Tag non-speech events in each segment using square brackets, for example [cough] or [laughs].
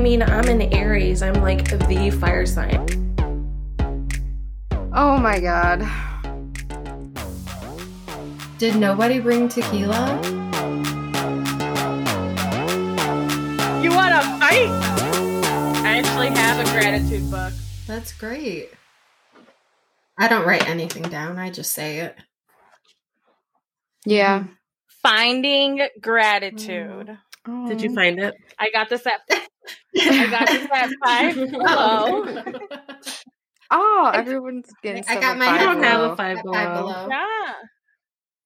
mean, I'm an Aries. I'm like the fire sign. Oh my god. Did nobody bring tequila? You want to fight? I actually have a gratitude book. That's great. I don't write anything down, I just say it. Yeah. Finding gratitude. Mm. Did you find it? I got this at I got this [laughs] [laughs] at five. Hello. Oh, everyone's getting. I some got at my Five I don't have Below. a five below. [laughs] Five below. Yeah.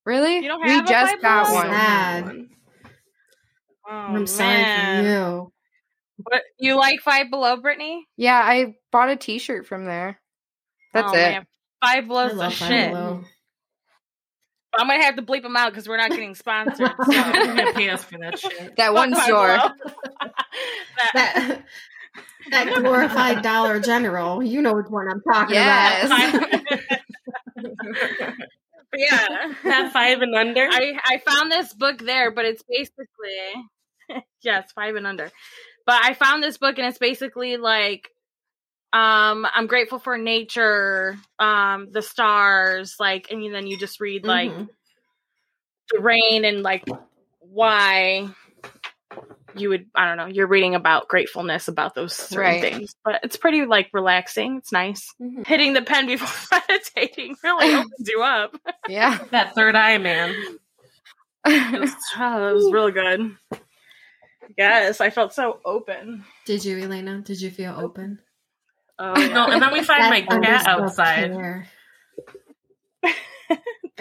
Really? You don't we have a just Five got Below? one. Sad. Oh, I'm sorry man. for you. What, you like Five Below, Brittany? Yeah, I bought a T-shirt from there. That's Oh, it. man. Five I Below's the love Five shit. Below. I'm gonna have to bleep them out because we're not getting sponsored. [laughs] So. I'm gonna pay us for that shit. That one Five store. Below. that, That, [laughs] that glorified Dollar General. You know which one I'm talking Yes. about. [laughs] Five- yeah. Not five and under. I, I found this book there, but it's basically [laughs] yes, five and under. But I found this book and it's basically like um I'm grateful for nature, um, the stars, like and then you just read like Mhm. the rain and like why you would I don't know, you're reading about gratefulness about those certain Right. things. But it's pretty like relaxing. It's nice. Mhm. Hitting the pen before [laughs] meditating really opens you up. [laughs] Yeah. [laughs] that third eye, man. [laughs] It was, oh, that was real good. Yes, I felt so open. Did you, Elena? Did you feel open? Oh, No, and [laughs] then we find my That's cat underself outside. care. [laughs]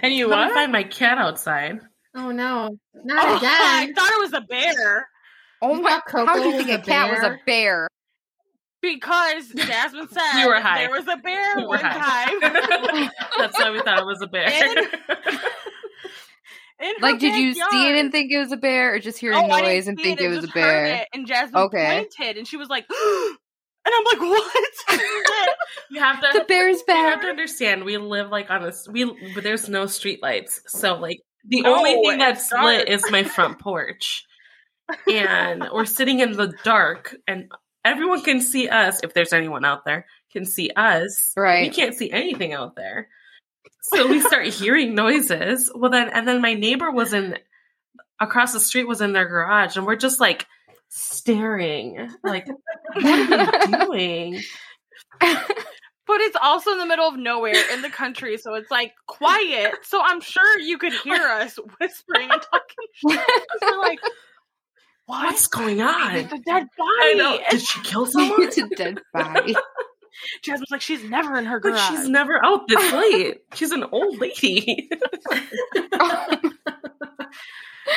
and you Let what? me find my cat [laughs] outside. Oh no, not Oh, I again. thought it was a bear oh You my! thought Coco How did you was think a a cat was a bear? bear? because [laughs] Jasmine said were high. there was a bear We were one high. time. That's why we thought it was a [laughs] bear. [laughs] And- in her Like, did you see it backyard. and think it was a bear, or just hear Oh, a I didn't noise and see think it, was a just heard bear? it, and Jasmine Okay. pointed, and she was like, [gasps] and I'm like, [laughs] what? [laughs] you have [laughs] The to bear's you have back. [laughs] [laughs] to understand we live like on a s- we but there's no streetlights, so like the No, only thing it's that's lit dark. is my front porch and we're sitting in the dark and everyone can see us if there's anyone out there can see us we Right. can't see anything out there so we [laughs] start hearing noises well then and then my neighbor was in across the street was in their garage and we're just like staring like what [laughs] are you doing But it's also in the middle of nowhere in the country, so it's like quiet. So I'm sure you could hear us whispering and talking. shit. 'Cause [laughs] We're like, what? what's going on It's a dead I body. know. And Did she kill [laughs] someone? it's a dead body. [laughs] Jasmine's like, she's never in her like garage. she's never out [laughs] this late. She's an old lady.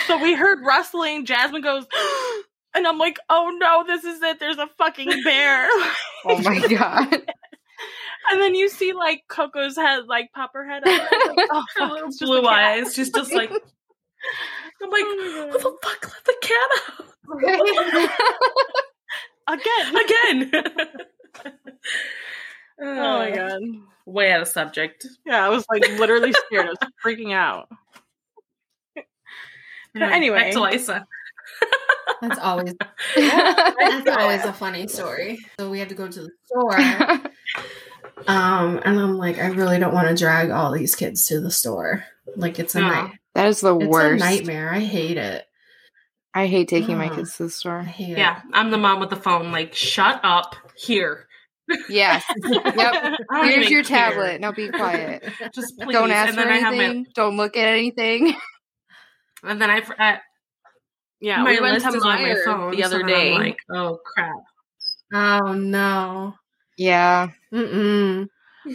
so we heard rustling. Jasmine goes, [gasps] and I'm like, oh no, this is it. There's a fucking bear. [laughs] oh my god. [laughs] and then you see like Coco's head, like pop her head [laughs] up. I'm like, oh, Her fuck, little it's just a blue cat. eyes. She's just like I'm like, Oh my what the fuck let the cat God. out? [laughs] Again. again. [laughs] Uh, Oh my god. Way out of subject. Yeah, I was like literally scared. I was freaking out. Anyway. Back to Lisa. That's [laughs] always that's always a funny story. So we had to go to the [laughs] store. Um, and I'm like, I really don't want to drag all these kids to the store. Like it's a No. night, that is the it's worst. a nightmare. I hate it. I hate taking my Ugh. kids to the I store. hate Yeah. I'm the mom with the phone, like, shut up here. [laughs] Yes. yep. I don't Here's even your care. tablet. Now be [laughs] quiet. [laughs] Just please. Don't ask and for then I have anything. Don't look at anything. [laughs] my and then I, I Yeah, my we went list to is on my Meijer phone the so other then I'm day. like, oh crap. it. Oh no. Yeah. [laughs] Mm-mm.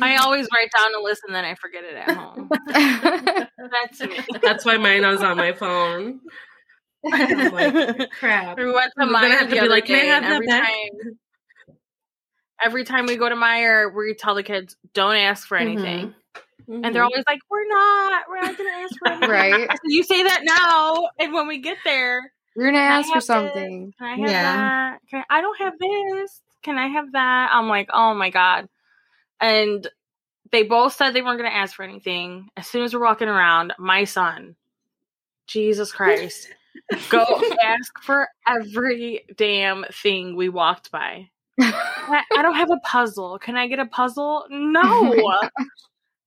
I always write down a list and then I forget it [laughs] at home. That's me. That's why mine was on my phone. I'm [laughs] [laughs] like, crap. We went to I'm gonna Meyer have to the be other like, "Can I day, have and that every back?" time. Every time we go to Meyer, we tell the kids, "Don't ask for Mm-hmm. anything," and they're always like, "We're not. We're not gonna ask [laughs] for anything." right. So you say that now, and when we get there, [laughs] You're gonna ask have for to- something. [laughs] Can I have Yeah. that? Can I, I don't have this. Can I have that? I'm like, oh my god. And they both said they weren't going to ask for anything. As soon as we're walking around, my son, Jesus Christ, Go ask for every damn thing we walked by. I, I don't have a puzzle. Can I get a puzzle? No.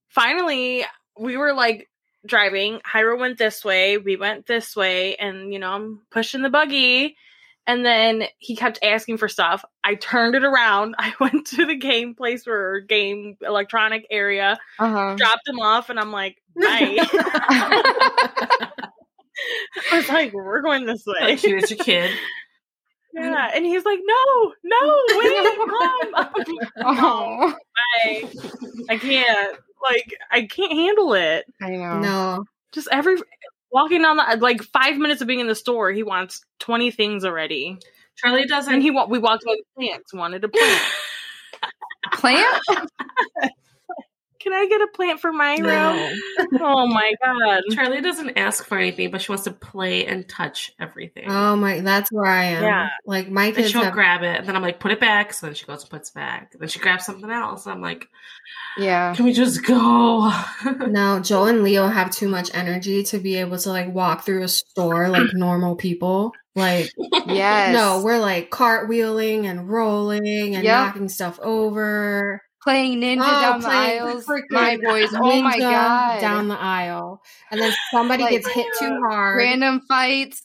Finally, we were like driving. Hyra went this way. We went this way. And, you know, I'm pushing the buggy. And then he kept asking for stuff. I turned it around. [laughs] I went to the game place or game electronic area, Uh dropped him off, and I'm like, bye. huh. [laughs] I was like, we're going this Mm-hmm. How way. cute is your kid? Yeah. And he's like, no, no, wait, come. I'm like, oh, I, I can't. Like, I can't handle it. I know. no. Just every walking down the like five minutes of being in the store, he wants twenty things already. Charlie doesn't. And he wa- we walked by the plants, wanted a plant. Plant? [laughs] Can I get a plant for my room? No. Oh my god. Charlie doesn't ask for anything, but she wants to play and touch everything. Oh my, that's where I am. Yeah. Like my and kids she'll have. grab it, and then I'm like, put it back. So then she goes and puts it back. Then she grabs something else. And I'm like, Yeah. can we just [laughs] go? no, Joel and Leo have too much energy to be able to like walk through a store like normal people. Like Yes. no, we're like cartwheeling and rolling Yep. and knocking stuff over. playing ninja Oh, down the playing aisles. freaking My boys. Oh my Ninja god. Down the aisle, and then somebody Like, gets hit too hard. Random fights.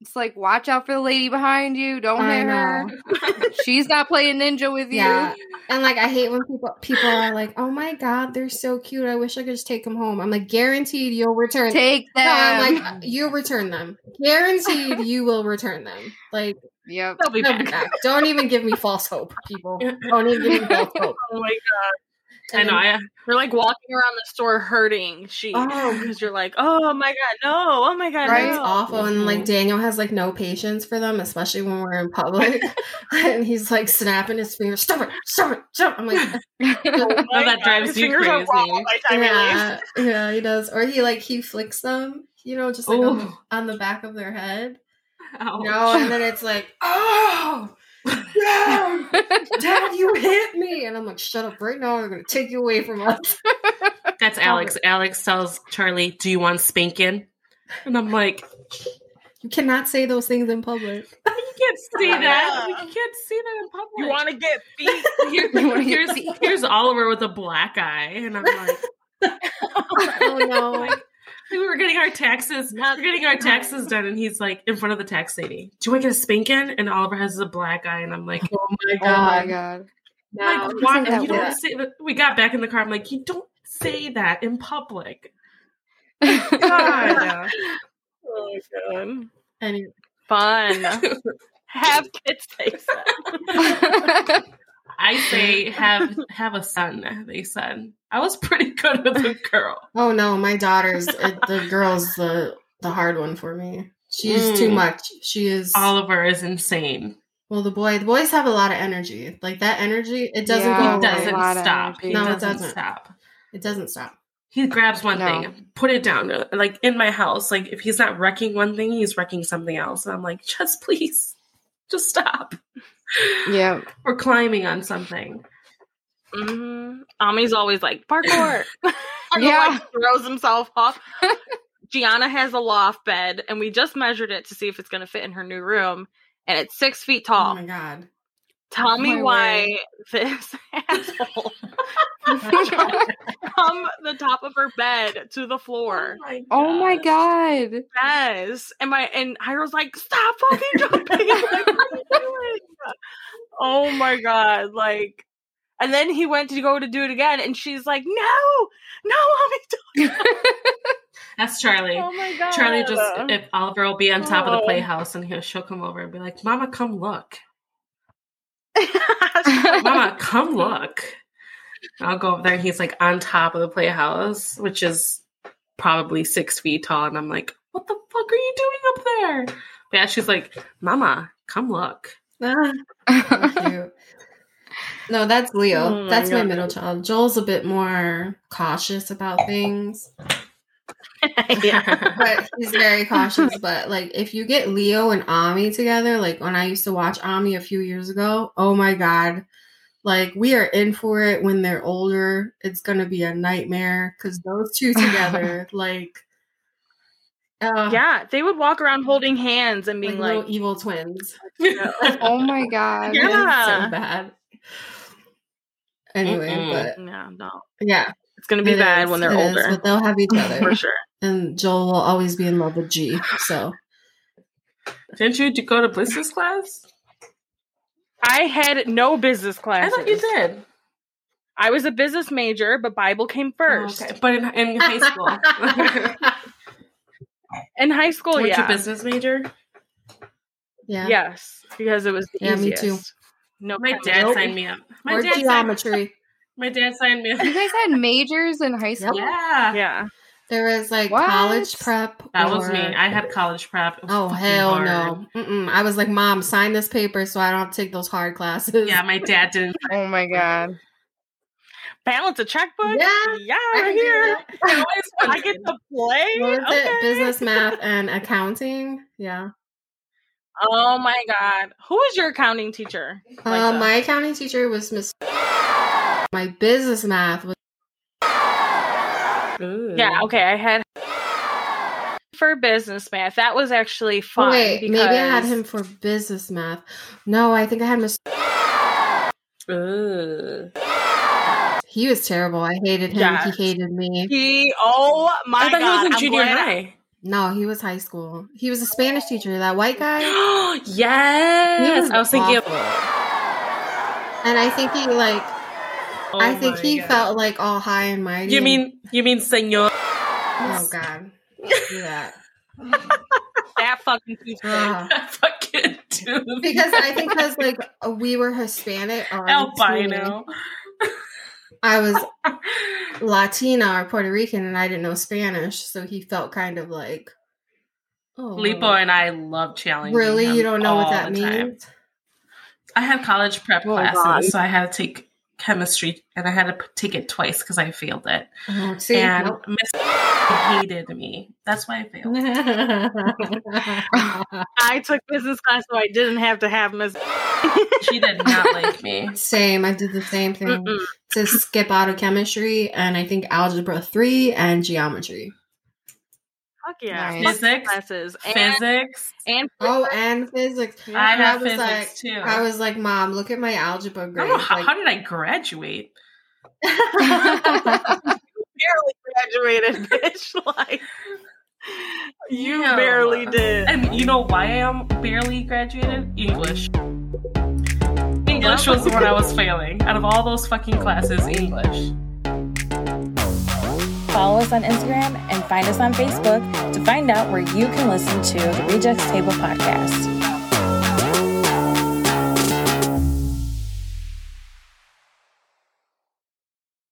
It's like watch out for the lady behind you. Don't I hit her. know. She's not playing ninja with you. Yeah. And like I hate when people people are like, "Oh my god, they're so cute. I wish I could just take them home." I'm like, guaranteed you'll return. Take no, them. I'm like, you return them. Guaranteed you will return them. Like, [laughs] yep. They'll be they'll be back. back. don't even give me false hope, people. Don't even give me false hope. Oh my god. I know. I, You're like walking around the store hurting sheep. Oh. Because you're like, oh my god, no, oh my god, Right? It's no. awful, and like Daniel has like no patience for them, especially when we're in public, [laughs] and he's like snapping his fingers. Stop it! Stop it! Stop! it." I'm like, Oh my that God, drives his you fingers are raw crazy. by the time he leaves. yeah, yeah, he does, or he like he flicks them, you know, just like on the, Ooh. on the back of their head. Ow. No, and then it's like, oh, no, Dad, you hit me. And I'm like, shut up right now. I'm going to take you away from us. [laughs] That's Alex. Alex tells Charlie, "Do you want spanking?" And I'm like, You cannot say those things in public. "You can't see that. Yeah. You can't see that in public." You want to [laughs] get [laughs] beat? You wanna Here- get here's, here's Oliver with a black eye, and I'm like, [laughs] [laughs] Oh, no. like we were getting our taxes, we're getting our taxes done, and he's like in front of the tax lady. Do I get a spanking? And Oliver has a black eye, and I'm like, Oh, my Oh my god. like No. why? Isn't that You don't weird? say. We got back in the car. I'm like, you don't say that in [laughs] public. God. Oh my god. Any- [laughs] Fun. Have kids say that. I say have have a son. They said I was pretty good with a [laughs] girl. oh, no. My daughter's, uh, the girl's the, the hard one for me. She's too Mm. much. She is. Oliver is insane. well, the boy, the boys have a lot of energy. Like that energy, it doesn't Yeah. go he away. doesn't Oh, a lot of stop. energy. He No, it doesn't, doesn't. stop. It doesn't stop. He grabs one No. thing, put it down. Like in my house, like if he's not wrecking one thing, he's wrecking something else. And I'm like, just please, just stop. [laughs] yep. [laughs] We're climbing on something. Mhm. Ami's always like parkour. [laughs] Or, Yeah. like, throws himself off. Gianna has a loft bed, and we just measured it to see if it's going to fit in her new room, and it's six feet Oh, tall. my God. Tell Oh me my why word. this [laughs] asshole Oh from the top of her bed to the floor. my Oh my god. Yes, and my and Hyra's like, stop fucking jumping! [laughs] I'm like, what are you doing? Oh my god! Like, and then he went to go to do it again, and she's like, no, no, Ami, don't. That's Charlie. Oh my god! Charlie just if Oliver will be on top of the Oh. playhouse and he'll she'll come over and be like, "Mama, come look, oh Mama, come look." And I'll go over there and he's like on top of the playhouse, which is probably six feet tall, and I'm like, "What the fuck are you doing up there?" But yeah, she's like, "Mama, come look." [laughs] [laughs] So cute. No, that's Leo. Oh my that's my God. middle child. Joel's a bit more cautious about things, [laughs] Yeah, but he's very cautious. But like, if you get Leo and Ami together, like when I used to watch Ami a few years ago, oh my God. Like, we are in for it when they're [laughs] older. It's going to be a nightmare because those two together, like, Uh, Yeah, they would walk around holding hands and Being being like, like, little evil twins. [laughs] Oh my god. Yeah. It's so bad. Anyway, Mm-mm. but "No, no, yeah, it's gonna be e- it bad is, when they're it is, older, but they'll have each [laughs] for other, sure." and Joel will always be in love with G. [laughs] So Didn't you go to business class? I had no business I classes. thought you did. I was a business major, but Bible came first. Oh, okay. But in, in high [laughs] Oh, school. [laughs] In high school, Weren't yeah, you business major? yeah, yes, because it was the Yeah, me easiest. too. No, My dad comment. signed me up. My or dad, signed, geometry. my dad signed me up. You guys had majors in high [laughs] school? Yeah. Yeah, There was like What? college prep. That was or- me. I had college prep. It was oh fucking hell hard. no! Mm-mm. I was like, Mom, sign this paper so I don't have to take those hard classes. Yeah, my dad didn't. [laughs] Oh my god. balance a checkbook. [laughs] Yeah, yeah, I right can do here. that. I I get to play. What was Okay. it? [laughs] Business math and accounting. Yeah. Oh my god, who was your accounting teacher? Uh, Like, my accounting teacher was Miss. [laughs] My business math was Yeah, okay. I had for business math. That was actually fun. wait. Maybe I had because- him for business math. No, I think I had Miss. [laughs] Ooh. He was terrible. I hated him. Yes. He hated me. He, oh my I thought god, he was in I'm junior glad- high. No, he was high school. He was a Spanish teacher. That white guy. [gasps] yes. I was thinking. Of, awful. and I think he like Oh I think he felt like all high and mighty. You and- mean you mean senor? [laughs] Oh God, Don't do that that fucking teacher. Ugh. [laughs] fucking dude. because I think because like we were [laughs] Hispanic or Latino. albino. [laughs] I was Latina or Puerto Rican, and I didn't know Spanish, so he felt kind of like oh, Lipo and I love challenging. Really, him you don't know what all that the time. means? I had college prep Oh, classes, God. so I had to take chemistry, and I had to p- take it twice because I failed it. Oh, see, and nope. Miss [laughs] hated me. That's why I failed. I took business class, so I didn't have to have Miss. She did not like me. [laughs] same. I did the same thing Mm-mm. to skip out of chemistry and I think algebra three and geometry. Fuck yeah, Nice. Fuck Physics? classes and Physics. and Oh, and physics. I And I had was physics like- too. I was like, Mom, look at my algebra I don't grades. know how, Like- how did I graduate? [laughs] barely graduated, [laughs] bitch. Like you No. barely did. And you know why I am barely graduated? English. English was the one I was failing. Out of all those fucking classes, English. Follow us on Instagram and find us on Facebook to find out where you can listen to the Rejects Table podcast.